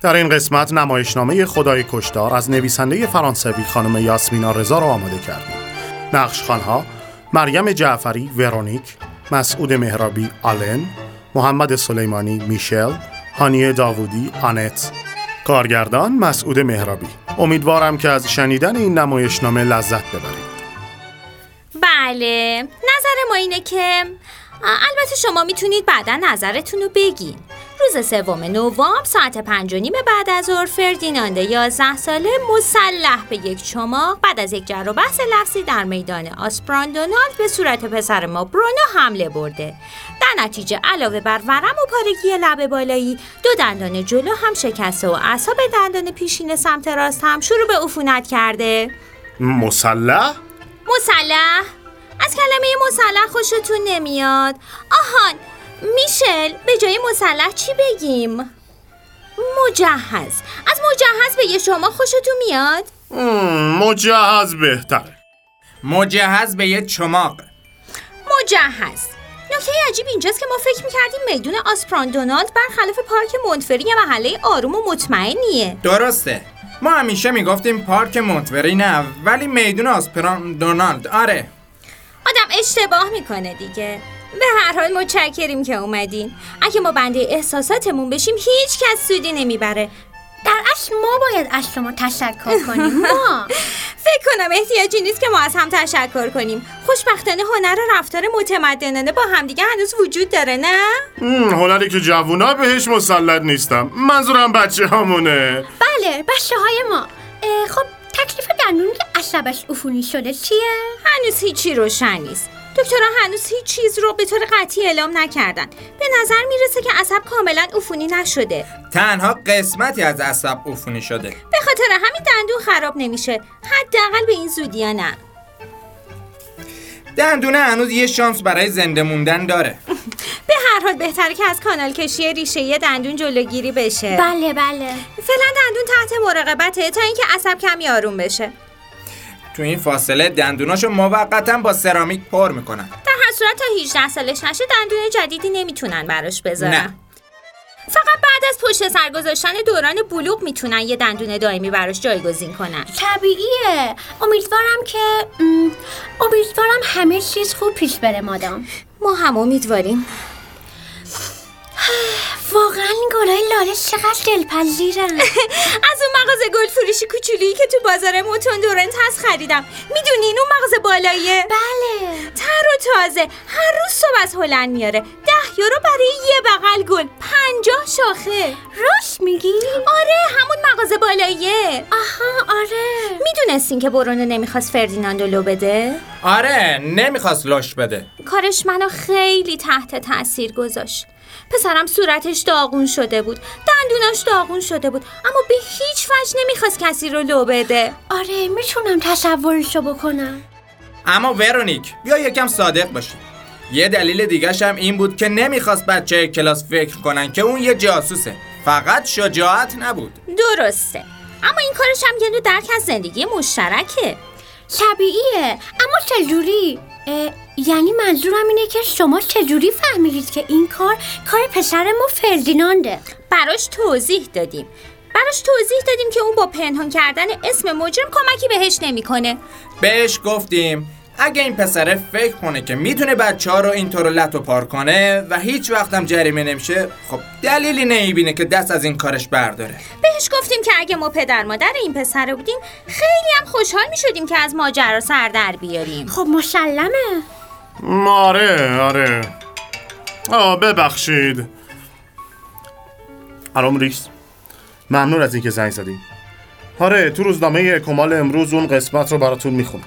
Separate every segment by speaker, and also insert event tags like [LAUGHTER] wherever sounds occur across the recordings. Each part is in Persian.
Speaker 1: در این قسمت نمایشنامه خدای کشدار از نویسنده فرانسوی خانم یاسمینا رضا را آماده کردیم نقش خانها مریم جعفری ورونیک مسعود مهرابی آلن محمد سلیمانی میشل هانیه داوودی آنت کارگردان مسعود مهرابی امیدوارم که از شنیدن این نمایشنامه لذت ببرید
Speaker 2: بله نظر ما اینه که البته شما میتونید بعدا نظرتون رو بگین روز سوم نوامبر ساعت پنج و نیم بعد از ظهر فردیناند یازده ساله مسلح به یک چماق بعد از یک جر و بحث لفظی در میدان آسپراندونالد به صورت پسر ما برونو حمله برده در نتیجه علاوه بر ورم و پارگی لب بالایی دو دندان جلو هم شکسته و اعصاب دندان پیشین سمت راست هم شروع به عفونت کرده
Speaker 1: مسلح؟
Speaker 2: مسلح از کلمه مسلح خوشتون نمیاد آهان میشل به جای مسلح چی بگیم؟ مجهز از مجهز به یه شما خوشتون میاد؟
Speaker 1: مم، مجهز بهتره
Speaker 3: مجهز به یه چماق
Speaker 2: مجهز نکته عجیب اینجاست که ما فکر میکردیم میدون آسپراندونالد برخلاف پارک مونتفری یه محله آروم و مطمئنیه
Speaker 3: درسته ما همیشه میگفتیم پارک مونتوری نه ولی میدون آسپران دونالد آره
Speaker 2: آدم اشتباه میکنه دیگه به هر حال متشکریم که اومدین اگه ما بنده احساساتمون بشیم هیچ کس سودی نمیبره
Speaker 4: در اصل ما باید از شما تشکر کنیم ما [LAUGHS]
Speaker 2: فکر کنم احتیاجی نیست که ما از هم تشکر کنیم خوشبختانه هنر و رفتار متمدنانه با همدیگه هنوز وجود داره نه
Speaker 1: مم، هنری که جوونا بهش مسلط نیستم منظورم بچه همونه
Speaker 4: بله بچه های ما اه، خب تکلیف دندون که عصبش عفونی شده چیه؟
Speaker 2: هنوز هیچی روشن نیست دکترها هنوز هیچ چیز رو به طور قطعی اعلام نکردن به نظر میرسه که عصب کاملا عفونی نشده
Speaker 3: تنها قسمتی از عصب عفونی شده
Speaker 2: به خاطر همین دندون خراب نمیشه حداقل به این زودی ها نه
Speaker 3: دندونه هنوز یه شانس برای زنده موندن داره
Speaker 2: به هر حال بهتره که از کانال کشی ریشه یه دندون جلوگیری بشه
Speaker 4: بله بله
Speaker 2: فعلا دندون تحت مراقبته تا اینکه عصب کمی آروم بشه
Speaker 3: تو این فاصله دندوناشو موقتا با سرامیک پر میکنن
Speaker 2: در هر صورت تا 18 سالش نشه دندون جدیدی نمیتونن براش بذارن
Speaker 3: نه.
Speaker 2: فقط بعد از پشت سر گذاشتن دوران بلوغ میتونن یه دندون دائمی براش جایگزین کنن
Speaker 4: طبیعیه امیدوارم که ام، امیدوارم همه چیز خوب پیش بره مادام
Speaker 2: ما هم امیدواریم
Speaker 4: واقعا این گلای لاله چقدر [LAUGHS] دلپذیرن
Speaker 2: از اون مغازه گل فروشی کوچولویی که تو بازار موتون دورنت هست خریدم میدونین اون مغازه بالاییه
Speaker 4: بله
Speaker 2: تر و تازه هر روز صبح از هلند میاره ده یورو برای یه بغل گل پنجاه شاخه
Speaker 4: راست میگی؟
Speaker 2: آره همون مغازه بالاییه
Speaker 4: آها آره
Speaker 2: میدونستین که برونو نمیخواست فردیناندو لو بده؟
Speaker 3: آره نمیخواست لش بده
Speaker 2: کارش منو خیلی تحت تاثیر گذاشت پسرم صورتش داغون شده بود دندوناش داغون شده بود اما به هیچ وجه نمیخواست کسی رو لو بده
Speaker 4: آره میتونم تصورشو بکنم
Speaker 3: اما ورونیک بیا یکم صادق باشی یه دلیل دیگه هم این بود که نمیخواست بچه کلاس فکر کنن که اون یه جاسوسه فقط شجاعت نبود
Speaker 2: درسته اما این کارش هم یه نوع درک از زندگی مشترکه
Speaker 4: طبیعیه اما چجوری؟ اه، یعنی منظورم اینه که شما چجوری فهمیدید که این کار کار پسر ما فردینانده
Speaker 2: براش توضیح دادیم براش توضیح دادیم که اون با پنهان کردن اسم مجرم کمکی بهش نمیکنه
Speaker 3: بهش گفتیم اگه این پسره فکر کنه که میتونه بچه ها رو اینطور لط و پار کنه و هیچ وقتم جریمه نمیشه خب دلیلی نمیبینه که دست از این کارش برداره
Speaker 2: بهش گفتیم که اگه ما پدر مادر این پسر بودیم خیلی هم خوشحال می شدیم که از ماجرا سر در بیاریم
Speaker 4: خب مسلمه
Speaker 1: م، آره آره آه ببخشید الان ریس ممنون از اینکه زنگ زدیم آره تو روزنامه اکمال امروز اون قسمت رو براتون میخونم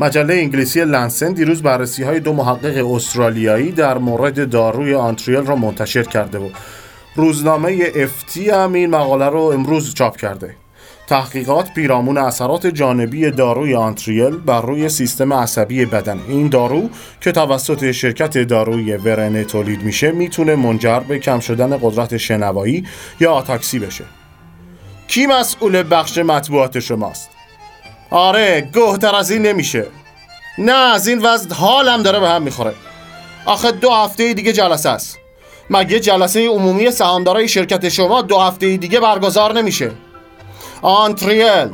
Speaker 1: مجله انگلیسی لنسن دیروز بررسی های دو محقق استرالیایی در مورد داروی آنتریل را منتشر کرده و روزنامه افتی هم این مقاله رو امروز چاپ کرده تحقیقات پیرامون اثرات جانبی داروی آنتریل بر روی سیستم عصبی بدن این دارو که توسط شرکت داروی ورنه تولید میشه میتونه منجر به کم شدن قدرت شنوایی یا آتاکسی بشه کی مسئول بخش مطبوعات شماست آره گهتر از این نمیشه نه از این وضع حالم داره به هم میخوره آخه دو هفته دیگه جلسه است مگه جلسه عمومی سهامدارای شرکت شما دو هفته دیگه برگزار نمیشه آنتریل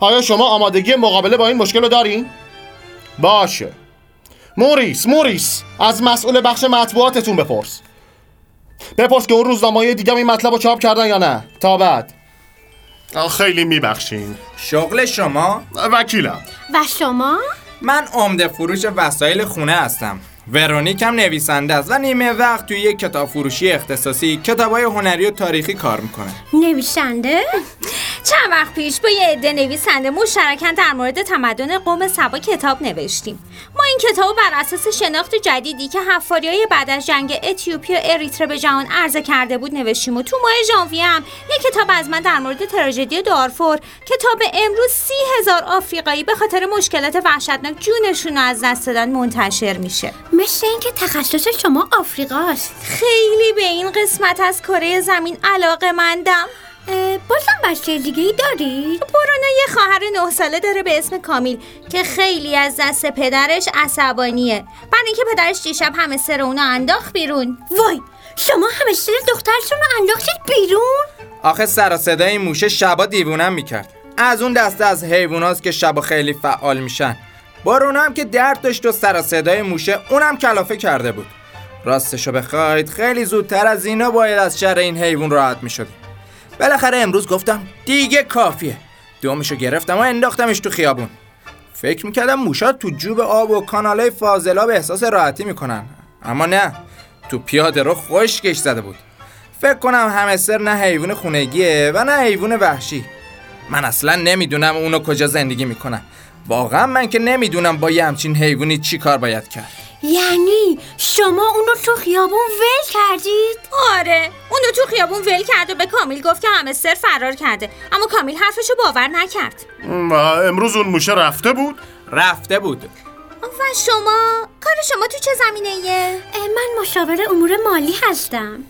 Speaker 1: آیا شما آمادگی مقابله با این مشکل رو دارین؟ باشه موریس موریس از مسئول بخش مطبوعاتتون بپرس بپرس که اون روزنامه دیگه این مطلب رو چاپ کردن یا نه تا بعد خیلی میبخشین
Speaker 3: شغل شما
Speaker 1: وکیلم
Speaker 4: و شما؟
Speaker 3: من عمده فروش وسایل خونه هستم ورونیک هم نویسنده است و نیمه وقت توی یک کتاب فروشی اختصاصی کتابای هنری و تاریخی کار میکنه
Speaker 4: نویسنده؟
Speaker 2: چند وقت پیش با یه عده نویسنده مشترکاً در مورد تمدن قوم سبا کتاب نوشتیم ما این کتاب رو بر اساس شناخت جدیدی که حفاری های بعد از جنگ اتیوپی و اریتره به جهان عرضه کرده بود نوشتیم و تو ماه ژانویه هم یه کتاب از من در مورد تراژدی دارفور کتاب امروز سی هزار آفریقایی به خاطر مشکلات وحشتناک جونشون رو از دست دادن منتشر میشه
Speaker 4: مثل اینکه تخصص شما آفریقاست
Speaker 2: خیلی به این قسمت از کره زمین علاقه مندم
Speaker 4: اه، بازم بچه دیگه ای دارید؟
Speaker 2: برونا یه خواهر نه ساله داره به اسم کامیل که خیلی از دست پدرش عصبانیه بعد اینکه پدرش دیشب همه سر اونو انداخت بیرون
Speaker 4: وای شما همه سر دخترتون رو انداختید بیرون؟
Speaker 3: آخه سر و صدای این موشه شبا دیوونم میکرد از اون دسته از حیواناست که شبا خیلی فعال میشن بارونا هم که درد داشت و سر و صدای موشه اونم کلافه کرده بود راستشو بخواید خیلی زودتر از اینا باید از شر این حیوان راحت میشدیم بالاخره امروز گفتم دیگه کافیه دومشو گرفتم و انداختمش تو خیابون فکر میکردم موشا تو جوب آب و کانالای فاضلاب احساس راحتی میکنن اما نه تو پیاده رو خشکش زده بود فکر کنم همستر نه حیوان خونگیه و نه حیوان وحشی من اصلا نمیدونم اونو کجا زندگی میکنن واقعا من که نمیدونم با یه همچین حیوانی چی کار باید کرد
Speaker 4: یعنی شما اون رو تو خیابون ول کردید؟
Speaker 2: آره اونو تو خیابون ول کرد و به کامیل گفت که همستر فرار کرده اما کامیل حرفشو باور نکرد
Speaker 1: امروز اون موشه رفته بود
Speaker 3: رفته بود
Speaker 2: و شما کار شما تو چه زمینه ایه؟
Speaker 4: اه، من مشاور امور مالی هستم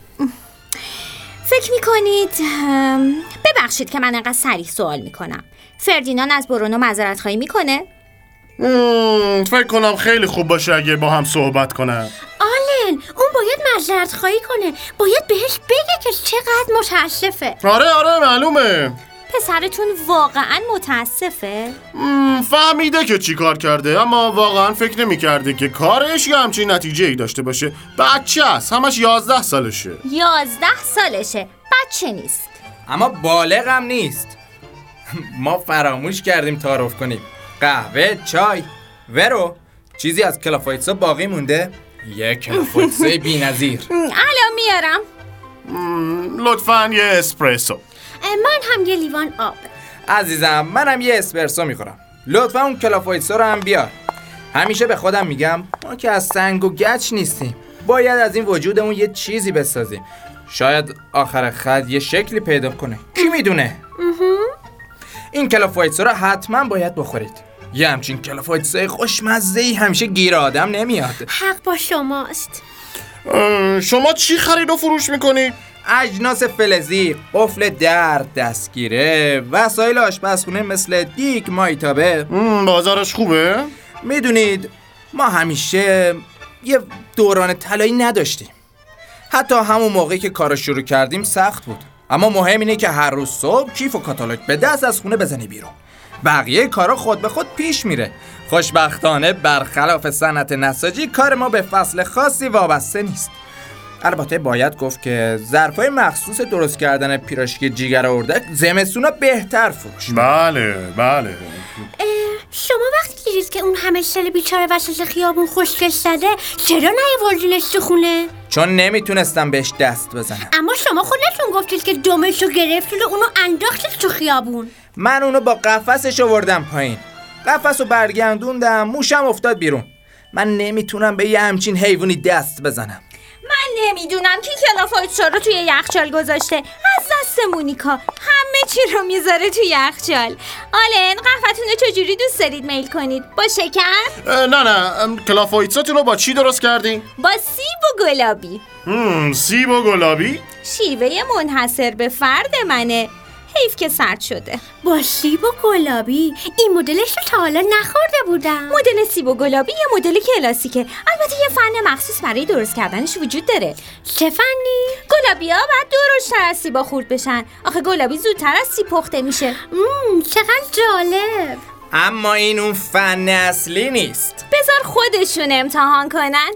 Speaker 2: فکر میکنید ام، ببخشید که من انقدر سریع سوال میکنم فردینان از برونو معذرت خواهی میکنه
Speaker 1: فکر کنم خیلی خوب باشه اگه با هم صحبت کنم
Speaker 4: آلن اون باید معذرت خواهی کنه باید بهش بگه که چقدر متاسفه
Speaker 1: آره آره معلومه
Speaker 2: پسرتون واقعا متاسفه
Speaker 1: مم، فهمیده که چی کار کرده اما واقعا فکر نمیکرده که کارش یا همچین نتیجه ای داشته باشه بچه است همش یازده سالشه
Speaker 2: یازده سالشه بچه نیست
Speaker 3: اما بالغم نیست ما فراموش کردیم تعارف کنیم قهوه چای ورو چیزی از کلافایتسا باقی مونده یه کلافایتسای بی‌نظیر
Speaker 2: م، الان میارم
Speaker 1: لطفا یه اسپرسو
Speaker 4: اه، من هم یه لیوان آب
Speaker 3: عزیزم منم یه اسپرسو میخورم لطفا اون کلافایتسا رو هم بیار همیشه به خودم میگم ما که از سنگ و گچ نیستیم باید از این وجودمون یه چیزی بسازیم شاید آخر خط یه شکلی پیدا کنه کی میدونه این کلافایتسا رو حتما باید بخورید یه همچین کلافایتسای خوشمزه همیشه گیر آدم نمیاد
Speaker 4: حق با شماست
Speaker 1: اه، شما چی خرید و فروش میکنید؟
Speaker 3: اجناس فلزی، قفل در، دستگیره، وسایل آشپزخونه مثل دیگ، مایتابه
Speaker 1: بازارش خوبه؟
Speaker 3: میدونید ما همیشه یه دوران طلایی نداشتیم حتی همون موقعی که کارو شروع کردیم سخت بود اما مهم اینه که هر روز صبح کیف و کاتالوگ به دست از خونه بزنی بیرون بقیه کارا خود به خود پیش میره خوشبختانه برخلاف صنعت نساجی کار ما به فصل خاصی وابسته نیست البته باید گفت که ظرفای مخصوص درست کردن پیراشکی جیگر اردک زمستونا بهتر فروش
Speaker 1: بله بله
Speaker 4: اه، شما وقتی دیدید که اون همه سل بیچاره وسط خیابون خشکش زده چرا نیاوردینش تو خونه
Speaker 3: چون نمیتونستم بهش دست بزنم
Speaker 4: اما شما خودتون گفتید که دومش رو گرفتید و اونو انداختید تو خیابون
Speaker 3: من اونو با قفسش آوردم پایین قفس رو برگردوندم موشم افتاد بیرون من نمیتونم به یه همچین حیوانی دست بزنم
Speaker 2: من نمیدونم کی کلافایتشا رو توی یخچال گذاشته از دست مونیکا همه چی رو میذاره توی یخچال آلن قهوه‌تون رو چجوری دوست دارید میل کنید با شکر
Speaker 1: اه، نه نه ام، کلافایتساتون رو با چی درست کردی؟
Speaker 2: با سیب و گلابی
Speaker 1: هم، سیب و گلابی
Speaker 2: شیوه منحصر به فرد منه حیف که سرد شده
Speaker 4: با سیب و گلابی این مدلش رو تا حالا نخورده بودم
Speaker 2: مدل سیب و گلابی یه مدل کلاسیکه البته یه فن مخصوص برای درست کردنش وجود داره
Speaker 4: چه فنی؟
Speaker 2: گلابی ها باید درشتر از سیبا خورد بشن آخه گلابی زودتر از سیب پخته میشه
Speaker 4: مم، چقدر جالب
Speaker 3: اما این اون فن اصلی نیست
Speaker 2: بذار خودشون امتحان کنن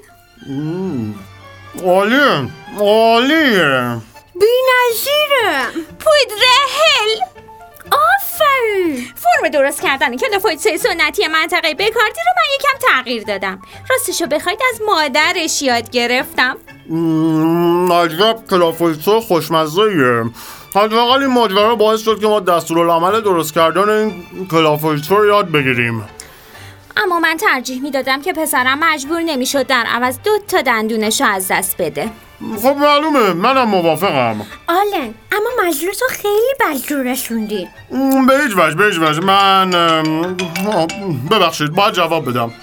Speaker 1: عالیه عالیه
Speaker 4: بی نظیره
Speaker 2: پودر هل
Speaker 4: آفرین
Speaker 2: فرم درست کردن کلافویتسه سنتی منطقه بکاردی رو من یکم تغییر دادم راستشو بخواید از مادرش یاد گرفتم
Speaker 1: مم، عجب کلافویتو خوشمزهیه حداقل این ماجرا باعث شد که ما دستورالعمل درست کردن این کلافویتو رو یاد بگیریم
Speaker 2: اما من ترجیح میدادم که پسرم مجبور نمیشد در عوض دو تا دندونش رو از دست بده
Speaker 1: خب معلومه منم موافقم
Speaker 4: آلن اما مجلس رو خیلی بدجور رسوندی
Speaker 1: مم، Mm, به هیچ وجه به هیچ وجه من ام، آه، ببخشید باید جواب بدم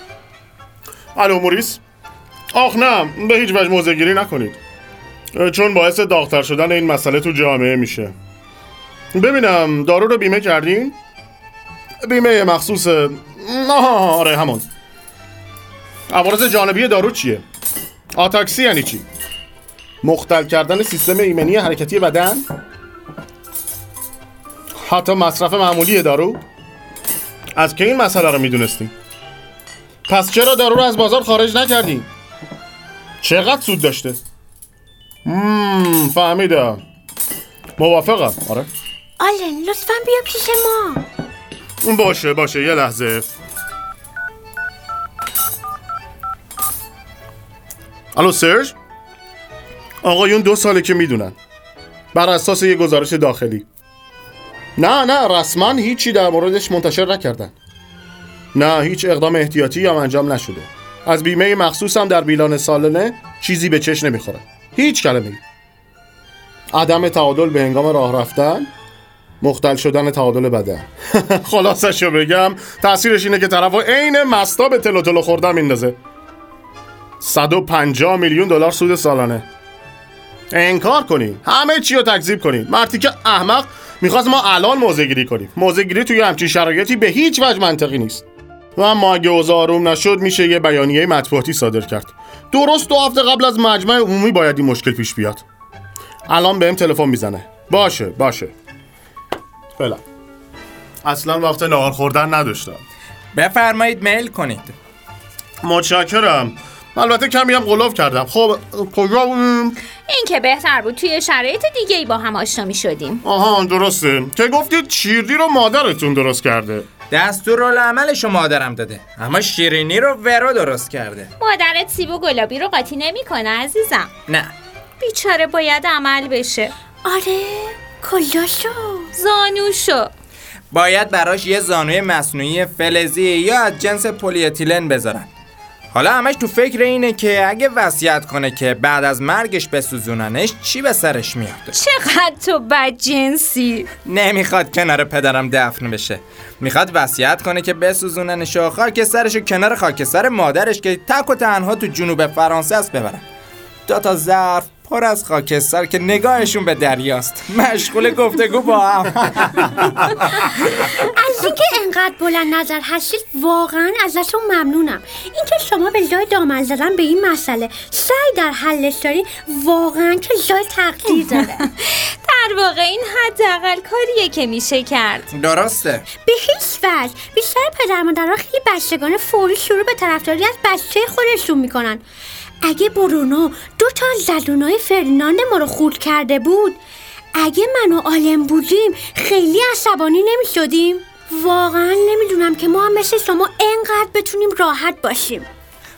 Speaker 1: الو موریس آخ نه به هیچ وجه موزه گیری نکنید اه، چون باعث داغتر شدن این مسئله تو جامعه میشه ببینم دارو رو بیمه کردین؟ بیمه مخصوص آه، آره همون عوارض جانبی دارو چیه؟ آتاکسی یعنی چی؟ مختل کردن سیستم ایمنی حرکتی بدن؟ حتی مصرف معمولی دارو از که این مسئله رو میدونستیم پس چرا دارو رو از بازار خارج نکردیم چقدر سود داشته مم، فهمیدم موافقم آره
Speaker 4: آلن لطفا بیا پیش ما
Speaker 1: باشه باشه یه لحظه الو سرژ آقایون دو ساله که میدونن بر اساس یه گزارش داخلی نه نه رسما هیچی در موردش منتشر نکردن نه هیچ اقدام احتیاطی هم انجام نشده از بیمه مخصوص هم در بیلان سالانه چیزی به چش نمیخوره هیچ کلمه عدم تعادل به هنگام راه رفتن مختل شدن تعادل بدن خلاصش رو بگم تاثیرش اینه که طرف و عین مستا به تلو تلو خوردن میندازه 150 میلیون دلار سود سالانه انکار کنین همه چی رو تکذیب کنین مرتی که احمق میخواست ما الان موزه گیری کنیم موزه گیری توی همچین شرایطی به هیچ وجه منطقی نیست و اما اگه اوضاع آروم نشد میشه یه بیانیه مطبوعاتی صادر کرد درست دو هفته قبل از مجمع عمومی باید این مشکل پیش بیاد الان بهم تلفن میزنه باشه باشه فعلا اصلا وقت نهار خوردن نداشتم
Speaker 3: بفرمایید میل کنید
Speaker 1: متشکرم البته کمی هم قلوف کردم خب کجا بودیم؟
Speaker 2: این که بهتر بود توی شرایط دیگه با هم آشنا می شدیم
Speaker 1: آها درسته که گفتید چیردی رو مادرتون درست کرده
Speaker 3: دستورالعملش رو مادرم داده اما شیرینی رو ورو درست کرده
Speaker 2: مادرت سیب و گلابی رو قاطی نمیکنه عزیزم
Speaker 3: نه
Speaker 2: بیچاره باید عمل بشه
Speaker 4: آره کلاشو
Speaker 2: زانوشو
Speaker 3: باید براش یه زانوی مصنوعی فلزی یا از جنس پلیتیلن بذارن حالا همش تو فکر اینه که اگه وصیت کنه که بعد از مرگش بسوزوننش چی به سرش میاد
Speaker 2: چقدر تو بدجنسی
Speaker 3: نمیخواد کنار پدرم دفن بشه میخواد وصیت کنه که بسوزوننش و خاکسترش رو کنار خاکستر مادرش که تک و تنها تو جنوب فرانسه است ببرن دو تا ظرف پر از خاکستر که نگاهشون به دریاست مشغول گفتگو با هم
Speaker 4: از اینکه انقدر بلند نظر هستید واقعا ازتون ممنونم اینکه شما به جای دامن زدن به این مسئله سعی در حلش دارین واقعا که جای تقدیر داره
Speaker 2: در واقع این حداقل کاریه که میشه کرد
Speaker 3: درسته
Speaker 4: به هیچ وجه بیشتر پدر مادرها خیلی بچگان فوری شروع به طرفداری از بچه خودشون میکنن اگه برونو دو تا از زدونای فریناند ما رو خورد کرده بود اگه من و آلم بودیم خیلی عصبانی نمیشدیم واقعا نمیدونم که ما هم مثل شما انقدر بتونیم راحت باشیم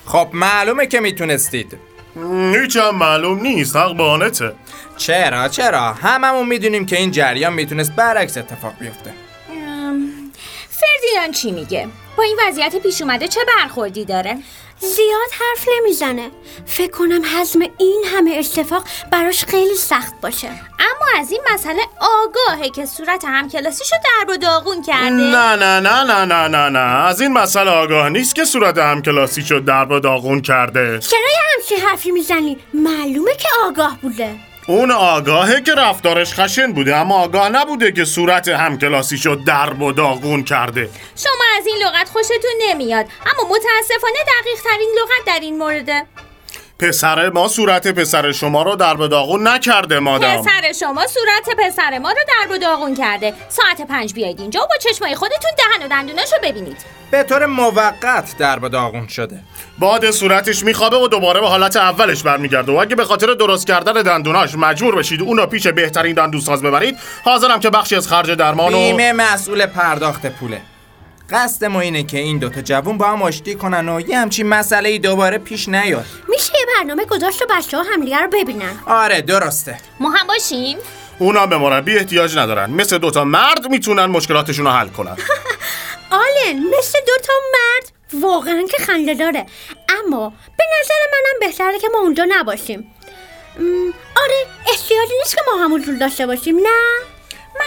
Speaker 3: خب معلومه که میتونستید
Speaker 1: هیچم معلوم نیست حق بانته
Speaker 3: چرا چرا هممون میدونیم که این جریان میتونست برعکس اتفاق بیفته
Speaker 2: ام، فردیناند چی میگه با این وضعیت پیش اومده چه برخوردی داره
Speaker 4: زیاد حرف نمیزنه فکر کنم حزم این همه اتفاق براش خیلی سخت باشه
Speaker 2: اما از این مسئله آگاهه که صورت همکلاسیشو در و داغون کرده
Speaker 1: نه نه نه نه نه نه نه از این مسئله آگاه نیست که صورت همکلاسی شد در با داغون کرده
Speaker 4: چرا یه همچین حرفی میزنی معلومه که آگاه بوده
Speaker 1: اون آگاهه که رفتارش خشن بوده اما آگاه نبوده که صورت همکلاسیشو درب و داغون کرده
Speaker 2: شما از این لغت خوشتون نمیاد اما متاسفانه دقیق ترین لغت در این مورد
Speaker 1: پسر ما صورت پسر شما رو درب و داغون نکرده مادام
Speaker 2: پسر شما صورت پسر ما رو در و داغون کرده ساعت پنج بیاید اینجا و با چشمای خودتون دهن و دندوناش رو ببینید
Speaker 3: به طور موقت در به داغون شده
Speaker 1: باد صورتش میخوابه و دوباره به حالت اولش برمیگرده و اگه به خاطر درست کردن دندوناش مجبور بشید اون رو پیش بهترین دندونساز ببرید حاضرم که بخشی از خرج درمان و
Speaker 3: بیمه مسئول پرداخت پوله قصد ما اینه که این دوتا جوون با هم آشتی کنن و یه همچین مسئله ای دوباره پیش نیاد
Speaker 4: میشه یه برنامه گذاشت و بچه ها همدیگه رو ببینن
Speaker 3: آره درسته
Speaker 2: ما هم باشیم
Speaker 1: اونا به مربی احتیاج ندارن مثل دوتا مرد میتونن مشکلاتشون رو حل کنن
Speaker 4: آلن مثل دوتا مرد واقعا که خنده داره اما به نظر منم بهتره که ما اونجا نباشیم م، آره احتیاجی نیست که ما هم حضور داشته باشیم نه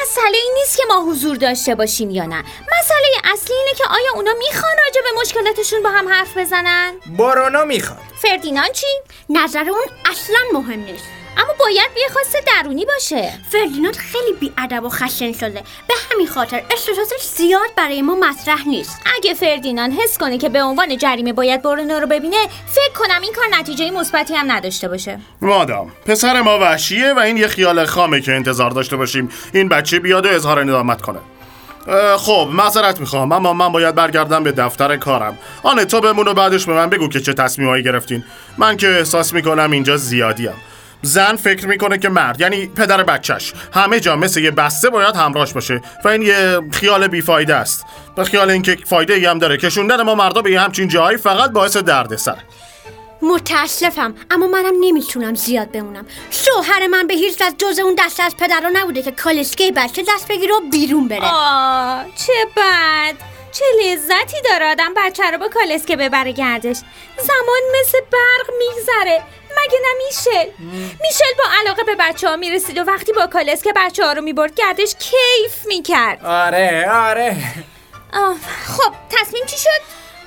Speaker 2: مسئله این نیست که ما حضور داشته باشیم یا نه مسئله اصلی اینه که آیا اونا میخوان راجع به مشکلاتشون با هم حرف بزنن
Speaker 3: برونو میخواد
Speaker 2: فردیناند چی
Speaker 4: نظر اون اصلا مهم نیست
Speaker 2: اما باید یه خواست درونی باشه
Speaker 4: فردیناند خیلی بیادب و خشن شده به همین خاطر احساساتش زیاد برای ما مطرح نیست
Speaker 2: اگه فردیناند حس کنه که به عنوان جریمه باید برونو رو ببینه فکر کنم این کار نتیجه مثبتی هم نداشته باشه
Speaker 1: مادام پسر ما وحشیه و این یه خیال خامه که انتظار داشته باشیم این بچه بیاد و اظهار ندامت کنه اه، خب معذرت میخوام اما من باید برگردم به دفتر کارم آن تو بمون و بعدش به من بگو که چه تصمیمایی گرفتین من که احساس میکنم اینجا زیادیم زن فکر میکنه که مرد یعنی پدر بچهش همه جا مثل یه بسته باید همراهش باشه و این یه خیال بیفایده است به خیال اینکه فایده ای هم داره کشوندن ما مردا به یه همچین جاهایی فقط باعث دردسره
Speaker 4: متاسفم اما منم نمیتونم زیاد بمونم شوهر من به هیچ وجه جز اون دست از پدرا نبوده که کالسکه بچه دست بگیره و بیرون بره
Speaker 2: آه چه بد چه لذتی داره آدم بچه رو با کالسکه ببره گردش زمان مثل برق میگذره مگه نه میشل میشل با علاقه به بچه ها میرسید و وقتی با کالسکه بچه ها رو میبرد گردش کیف میکرد
Speaker 3: آره آره
Speaker 2: آه، خب تصمیم چی شد؟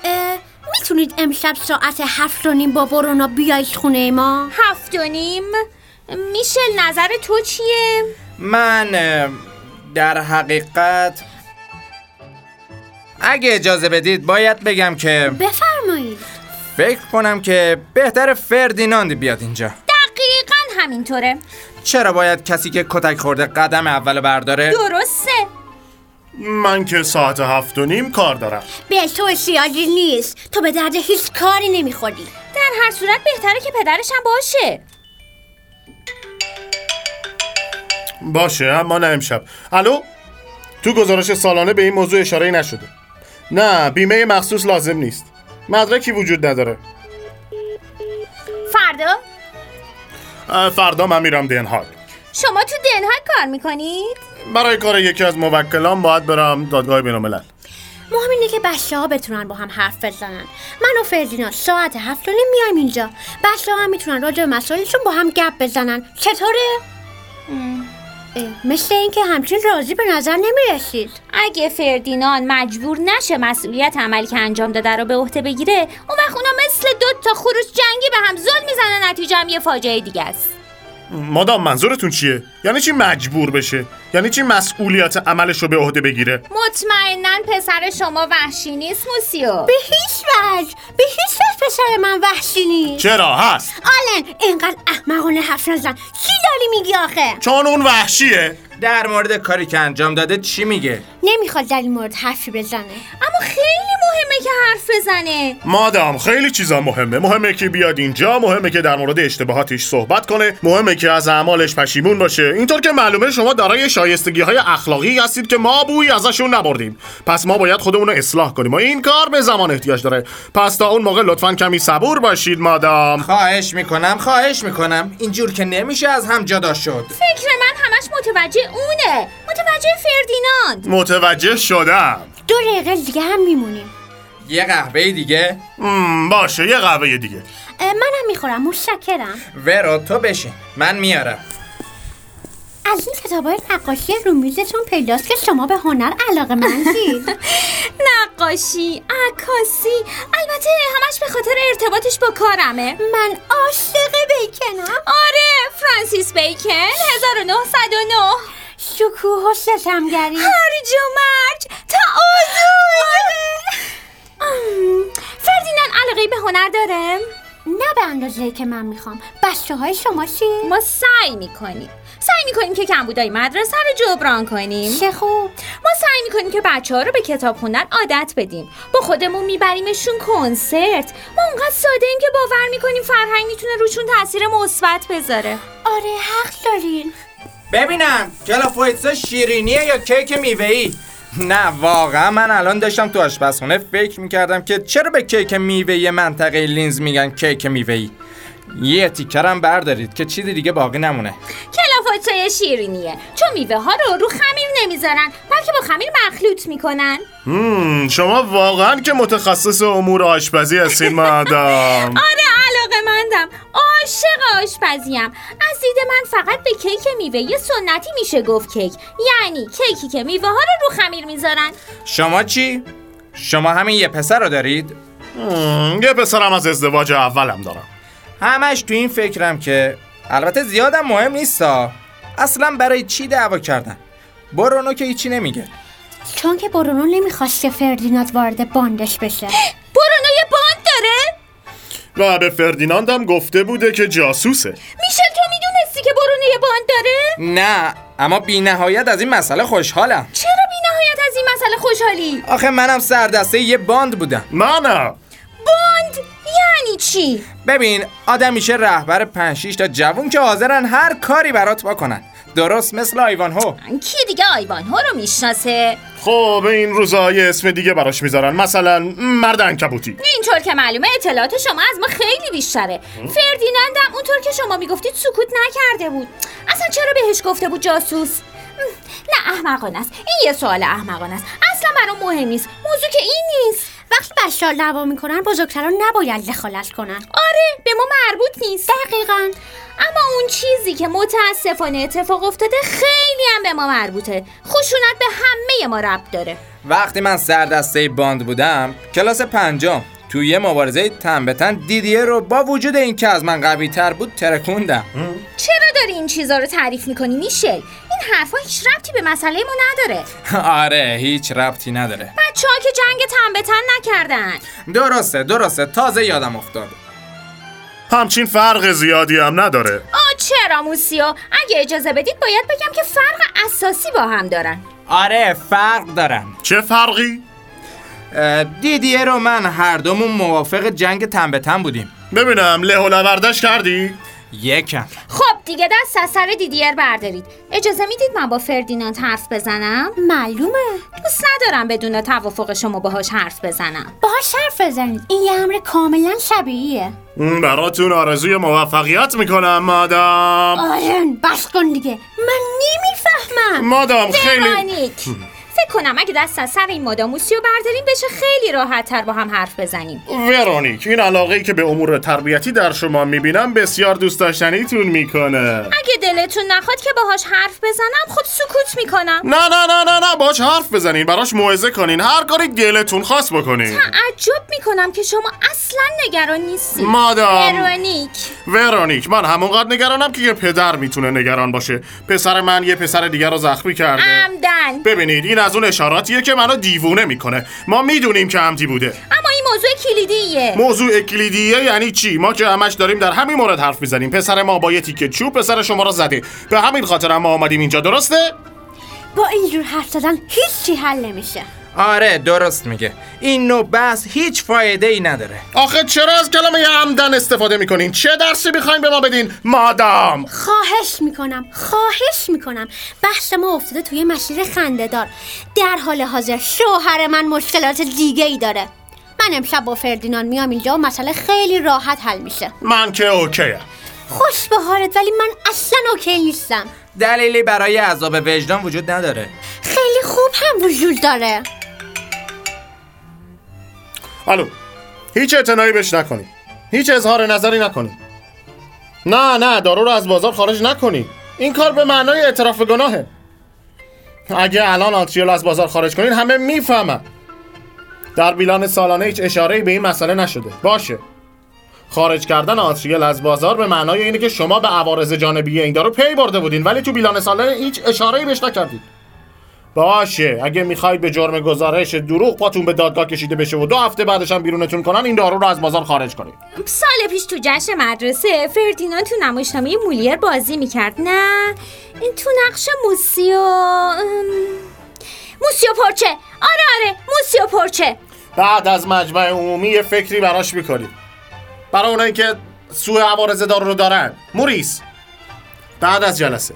Speaker 4: اه، میتونید امشب ساعت هفت و نیم با برونا بیایید خونه ما
Speaker 2: هفت و نیم میشل نظر تو چیه؟
Speaker 3: من اه، در حقیقت اگه اجازه بدید باید بگم که
Speaker 4: بفرمایید
Speaker 3: فکر کنم که بهتر فردیناند بیاد اینجا
Speaker 2: دقیقا همینطوره
Speaker 3: چرا باید کسی که کتک خورده قدم اول برداره؟
Speaker 2: درسته
Speaker 1: من که ساعت هفت و نیم کار دارم
Speaker 4: به تو احتیاجی نیست تو به درد هیچ کاری نمیخوری
Speaker 2: در هر صورت بهتره که پدرش هم باشه
Speaker 1: باشه اما نه امشب الو تو گزارش سالانه به این موضوع اشاره نشده نه بیمه مخصوص لازم نیست مدرکی وجود نداره
Speaker 2: فردا
Speaker 1: اه، فردا من میرم دنهاگ
Speaker 2: شما تو دنها کار میکنید؟
Speaker 1: برای کار یکی از موکلان باید برم دادگاه بین
Speaker 4: مهم اینه که بچه ها بتونن با هم حرف بزنن من و فردینا ساعت هفت و نیم میایم اینجا بچه ها هم میتونن راجع به مسائلشون با هم گپ بزنن چطوره؟ اه، مثل اینکه همچین راضی به نظر نمیرسید
Speaker 2: اگه فردینان مجبور نشه مسئولیت عملی که انجام داده رو به عهده بگیره اون وقت اونا مثل دو تا خروش جنگی به هم زل میزنن نتیجه هم یه فاجعه دیگه است
Speaker 1: مادام منظورتون چیه یعنی چی مجبور بشه یعنی چی مسئولیت عملش رو به عهده بگیره
Speaker 2: مطمئنا پسر شما وحشی نیست موسیو
Speaker 4: به هیچ وجه به هیچ وجه پسر من وحشی نیست
Speaker 1: چرا هست
Speaker 4: آلن اینقدر احمقانه حرف نزن چی داری میگی آخه
Speaker 1: چون اون وحشیه
Speaker 3: در مورد کاری که انجام داده چی میگه؟
Speaker 4: نمیخواد در این مورد حرفی بزنه
Speaker 2: اما خیلی مهمه که حرف بزنه
Speaker 1: مادام خیلی چیزا مهمه مهمه که بیاد اینجا مهمه که در مورد اشتباهاتش صحبت کنه مهمه که از اعمالش پشیمون باشه اینطور که معلومه شما دارای شایستگی های اخلاقی هستید که ما بوی ازشون نبردیم پس ما باید خودمون رو اصلاح کنیم و این کار به زمان احتیاج داره پس تا اون موقع لطفا کمی صبور باشید مادام
Speaker 3: خواهش میکنم خواهش میکنم اینجور که نمیشه از هم جدا شد
Speaker 2: فکر من همش متوجه اونه متوجه فردیناند
Speaker 1: متوجه شدم
Speaker 4: دو دقیقه دیگه هم میمونیم
Speaker 3: یه قهوه دیگه
Speaker 1: مم، باشه یه قهوه دیگه
Speaker 4: اه، منم میخورم متشکرم
Speaker 3: ورو تو بشین من میارم
Speaker 4: از این کتابای نقاشی رو میزتون پیداست که شما به هنر علاقه مندید
Speaker 2: [LAUGHS] نقاشی عکاسی البته همش به خاطر ارتباطش با کارمه
Speaker 4: من عاشق به بیکن ها
Speaker 2: آره فرانسیس بیکن 1909
Speaker 4: شکوه و ستمگری
Speaker 2: هرج و مرج تعادل آم، فردیناند علاقه به هنر داره
Speaker 4: نه به اندازه که من میخوام بچه های شما چی؟
Speaker 2: ما سعی میکنیم سعی میکنیم که کمبودای مدرسه رو جبران کنیم
Speaker 4: چه خوب
Speaker 2: ما سعی میکنیم که بچه ها رو به کتاب خوندن عادت بدیم با خودمون میبریمشون کنسرت ما اونقدر ساده ایم که باور میکنیم فرهنگ میتونه روشون تاثیر مثبت بذاره
Speaker 4: آره حق دارین
Speaker 3: ببینم کلافویتسا شیرینیه یا کیک میوه‌ای نه واقعا من الان داشتم تو آشپزخونه فکر میکردم که چرا به کیک میوه‌ای منطقه لینز میگن کیک میوه‌ای یه تیکرم بردارید که چیزی دیگه باقی نمونه
Speaker 2: کلافاتای شیرینیه چون میوه ها رو رو خمیر نمیذارن بلکه با خمیر مخلوط میکنن
Speaker 1: هم، شما واقعا که متخصص امور آشپزی هستین [LAUGHS] مادام
Speaker 2: آره علاقه مندم عاشق آشپزیم از دید من فقط به کیک میوه یه سنتی میشه گفت کیک یعنی کیکی که میوه ها رو رو خمیر میذارن
Speaker 3: شما چی؟ شما همین یه پسر رو دارید؟
Speaker 1: هم، یه پسرم از ازدواج اولم دارم
Speaker 3: همش تو این فکرم که البته زیادم مهم نیست ها. اصلا برای چی دعوا کردن برونو که هیچی نمیگه
Speaker 4: چون که برونو نمیخواست که فردینات وارد باندش بشه
Speaker 2: برونو یه باند داره
Speaker 1: و به فردیناندم گفته بوده که جاسوسه
Speaker 2: میشل تو میدونستی که برونو یه باند داره
Speaker 3: نه اما بی نهایت از این مسئله خوشحالم
Speaker 2: چرا بی نهایت از این مسئله خوشحالی
Speaker 3: آخه منم سردسته یه باند بودم
Speaker 1: منم
Speaker 2: باند یعنی چی
Speaker 3: ببین آدم میشه رهبر 5 6 تا جوون که حاضرن هر کاری برات بکنن درست مثل آیوان هو
Speaker 2: کی دیگه آیوان ها رو میشناسه
Speaker 1: خب این روزا یه اسم دیگه براش میذارن مثلا مرد انکبوتی
Speaker 2: اینطور که معلومه اطلاعات شما از ما خیلی بیشتره فردیناندم اونطور که شما میگفتید سکوت نکرده بود اصلا چرا بهش گفته بود جاسوس م، نه احمقانه است این یه سوال احمقانه است اصلا برام مهم نیست موضوع که این نیست
Speaker 4: وقتی بچه ها دعوا میکنن بزرگتران نباید دخالت کنن
Speaker 2: آره به ما مربوط نیست
Speaker 4: دقیقا
Speaker 2: اما اون چیزی که متاسفانه اتفاق افتاده خیلی هم به ما مربوطه خشونت به همه ما ربط داره
Speaker 3: وقتی من سردسته باند بودم کلاس پنجم توی یه مبارزه تن به تن دیدیه رو با وجود اینکه از من قوی تر بود ترکوندم
Speaker 2: چرا داری این چیزا رو تعریف میکنی میشل این حرفا هیچ ربطی به مسئله ما نداره
Speaker 3: [LAUGHS] آره هیچ ربطی نداره
Speaker 2: بچه که جنگ تن به تن نکردن
Speaker 3: درسته درسته تازه یادم افتاد
Speaker 1: همچین فرق زیادی هم نداره
Speaker 2: آ چرا موسیو اگه اجازه بدید باید بگم که فرق اساسی با هم دارن
Speaker 3: آره فرق دارن
Speaker 1: چه فرقی؟
Speaker 3: اه، دیدیه رو من هر دومون موافق جنگ تن به تن بودیم
Speaker 1: ببینم له و لوردش کردی؟
Speaker 3: یکم
Speaker 2: خب دیگه دست از سر دیدیر بردارید اجازه میدید من با فردیناند حرف بزنم
Speaker 4: معلومه
Speaker 2: دوست ندارم بدون توافق شما باهاش حرف بزنم
Speaker 4: با حرف بزنید این یه امر کاملا شبیهیه
Speaker 1: م، براتون آرزوی موفقیت میکنم مادام
Speaker 4: آرن بس کن دیگه من نمیفهمم
Speaker 1: مادام خیلی
Speaker 2: درانیک فکر کنم اگه دست از سر این ماداموسی رو برداریم بشه خیلی راحت تر با هم حرف بزنیم
Speaker 1: ورونیک این علاقه ای که به امور تربیتی در شما میبینم بسیار دوست داشتنیتون میکنه
Speaker 2: اگه دلتون نخواد که باهاش حرف بزنم خب سکوت میکنم
Speaker 1: نه نه نه نه نه باش حرف بزنین براش موعظه کنین هر کاری گلتون خاص بکنین
Speaker 2: تعجب میکنم که شما اصلا نگران نیستی
Speaker 1: مادام
Speaker 2: ورونیک
Speaker 1: ورونیک من همونقدر نگرانم که یه پدر میتونه نگران باشه پسر من یه پسر دیگر رو زخمی کرده
Speaker 2: عمدن
Speaker 1: ببینید این از اون اشاراتیه که منو دیوونه میکنه ما میدونیم که همدی بوده
Speaker 2: اما این موضوع کلیدیه
Speaker 1: موضوع کلیدیه یعنی چی ما که همش داریم در همین مورد حرف میزنیم پسر ما با یه تیکه چوب پسر شما را زده به همین خاطر هم ما آمدیم اینجا درسته
Speaker 4: با اینجور حرف زدن هیچی حل نمیشه
Speaker 3: آره درست میگه این نوع بحث هیچ فایده ای نداره
Speaker 1: آخه چرا از کلمه عمدن استفاده میکنین چه درسی میخواین به ما بدین مادام
Speaker 4: خواهش میکنم خواهش میکنم بحث ما افتاده توی مسیر خندهدار در حال حاضر شوهر من مشکلات دیگه ای داره من امشب با فردینان میام اینجا و مسئله خیلی راحت حل میشه
Speaker 1: من که اوکیم
Speaker 4: خوش بهارت ولی من اصلا اوکی نیستم
Speaker 3: دلیلی برای عذاب وجدان وجود نداره
Speaker 4: خیلی خوب هم وجود داره
Speaker 1: الو هیچ اعتنایی بهش نکنی هیچ اظهار نظری نکنی نه نه دارو رو از بازار خارج نکنی این کار به معنای اعتراف به گناهه اگه الان آنتریال از بازار خارج کنین همه میفهمن در بیلان سالانه هیچ اشاره به این مسئله نشده باشه خارج کردن آتریل از بازار به معنای اینه که شما به عوارض جانبی این دارو پی برده بودین ولی تو بیلان سالن هیچ اشاره‌ای بهش نکردید باشه اگه میخواید به جرم گزارش دروغ پاتون به دادگاه کشیده بشه و دو هفته بعدش هم بیرونتون کنن این دارو رو از بازار خارج کنید
Speaker 2: سال پیش تو جشن مدرسه فردیناند تو نمایشنامه مولیر بازی میکرد نه این تو نقش موسیو ام، موسیو پرچه آره آره موسیو پرچه
Speaker 1: بعد از مجمع عمومی یه فکری براش میکنیم برای اونایی که سوء عوارض دارو رو دارن موریس بعد از جلسه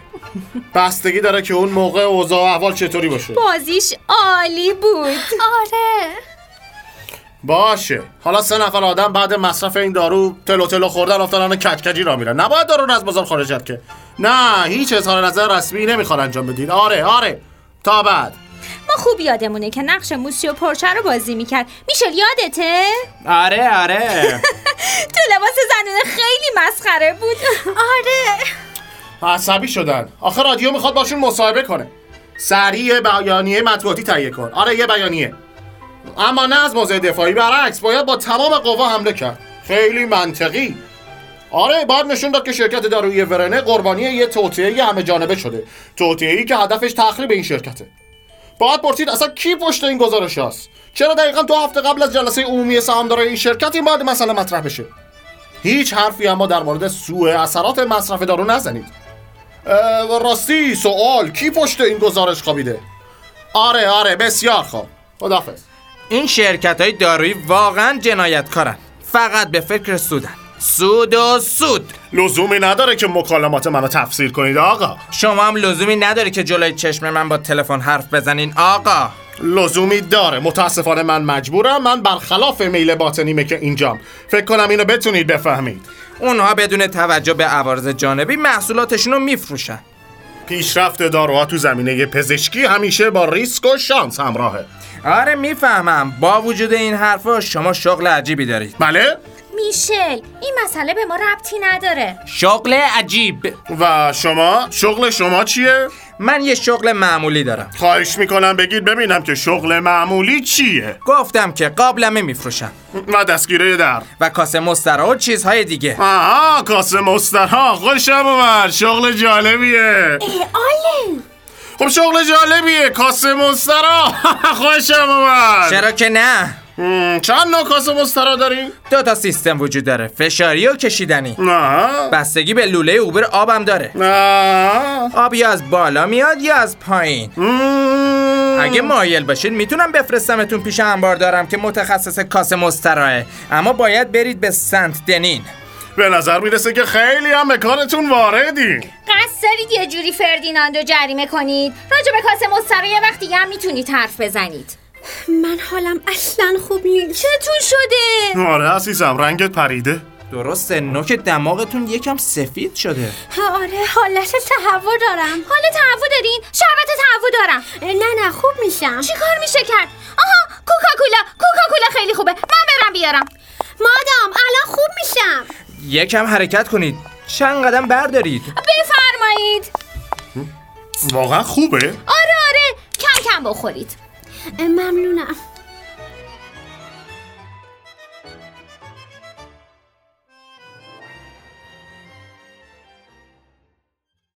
Speaker 1: بستگی داره که اون موقع اوضاع و احوال چطوری باشه
Speaker 2: بازیش عالی بود
Speaker 4: آره
Speaker 1: باشه حالا سه نفر آدم بعد مصرف این دارو تلو تلو خوردن افتادن و کجکجی را میرن نباید دارو رو از بازار خارج کرد که نه هیچ اظهار نظر رسمی نمیخواد انجام بدید آره آره تا بعد
Speaker 2: ما خوب یادمونه که نقش موسیو پرچه رو بازی میکرد میشل یادته؟
Speaker 3: آره آره
Speaker 2: تو لباس زنونه خیلی مسخره بود آره
Speaker 1: عصبی شدن آخه رادیو میخواد باشون مصاحبه کنه سریع بیانیه مطبوعاتی تهیه کن آره یه بیانیه اما نه از موضع دفاعی برعکس باید با تمام قوا حمله کرد خیلی منطقی آره باید نشون داد که شرکت دارویی ورنه قربانی یه توطئه همه جانبه شده توطئه‌ای که هدفش تخریب این شرکته باید پرسید اصلا کی پشت این گزارش هست چرا دقیقا دو هفته قبل از جلسه عمومی سهامدارای این شرکت این باید مسئله مطرح بشه هیچ حرفی اما در مورد سوء اثرات مصرف دارو نزنید اه، راستی سوال کی پشت این گزارش خوابیده آره آره بسیار خوب خدافظ
Speaker 3: [LAUGHS] این شرکت های دارویی واقعا جنایتکارن فقط به فکر سودن سود و سود
Speaker 1: لزومی نداره که مکالمات منو تفسیر کنید آقا
Speaker 3: شما هم لزومی نداره که جلوی چشم من با تلفن حرف بزنین آقا
Speaker 1: لزومی داره متاسفانه من مجبورم من برخلاف میل باطنیمه که اینجام فکر کنم اینو بتونید بفهمید
Speaker 3: اونها بدون توجه به عوارض جانبی محصولاتشون رو میفروشن
Speaker 1: پیشرفت داروها تو زمینه پزشکی همیشه با ریسک و شانس همراهه
Speaker 3: آره میفهمم با وجود این حرفا شما شغل عجیبی دارید
Speaker 1: بله
Speaker 2: میشل این مسئله به ما ربطی نداره
Speaker 3: شغل عجیب
Speaker 1: و شما شغل شما چیه
Speaker 3: من یه شغل معمولی دارم
Speaker 1: خواهش میکنم بگید ببینم که شغل معمولی چیه
Speaker 3: گفتم که قابلمه میفروشم
Speaker 1: و دستگیره در
Speaker 3: و کاسه مسترا و چیزهای دیگه
Speaker 1: آها کاسه مسترها خوشم اومد شغل جالبیه
Speaker 4: آله
Speaker 1: خب شغل جالبیه کاسه مسترها [LAUGHS] خوشم اومد
Speaker 3: چرا که نه
Speaker 1: مم، چند نوع کاسه مسترها داریم؟
Speaker 3: دو تا سیستم وجود داره فشاری و کشیدنی
Speaker 1: نه
Speaker 3: بستگی به لوله عبور آبم داره
Speaker 1: نه
Speaker 3: آب یا از بالا میاد یا از پایین
Speaker 1: مم.
Speaker 3: اگه مایل باشین میتونم بفرستمتون پیش انبار دارم که متخصص کاسه مستراه اما باید برید به سنت دنین
Speaker 1: به نظر میرسه که خیلی هم به کارتون واردی
Speaker 2: قصد دارید یه جوری فردیناندو جریمه کنید راجع به کاسه مستره یه وقت دیگه هم میتونید حرف بزنید
Speaker 4: من حالم اصلا خوب نیست
Speaker 2: چتون شده
Speaker 1: آره عزیزم رنگت پریده
Speaker 3: درسته نوک دماغتون یکم سفید شده
Speaker 4: آره حالت تهوع دارم
Speaker 2: حالا تهوع دارین شربت تهوع دارم
Speaker 4: نه نه خوب میشم
Speaker 2: چی کار میشه کرد آها کوکاکولا کوکاکولا خیلی خوبه من برم بیارم
Speaker 4: مادام الان خوب میشم
Speaker 3: یکم حرکت کنید چند قدم بردارید
Speaker 2: بفرمایید
Speaker 1: واقعا خوبه
Speaker 2: آره آره کم کم بخورید
Speaker 4: ممنونم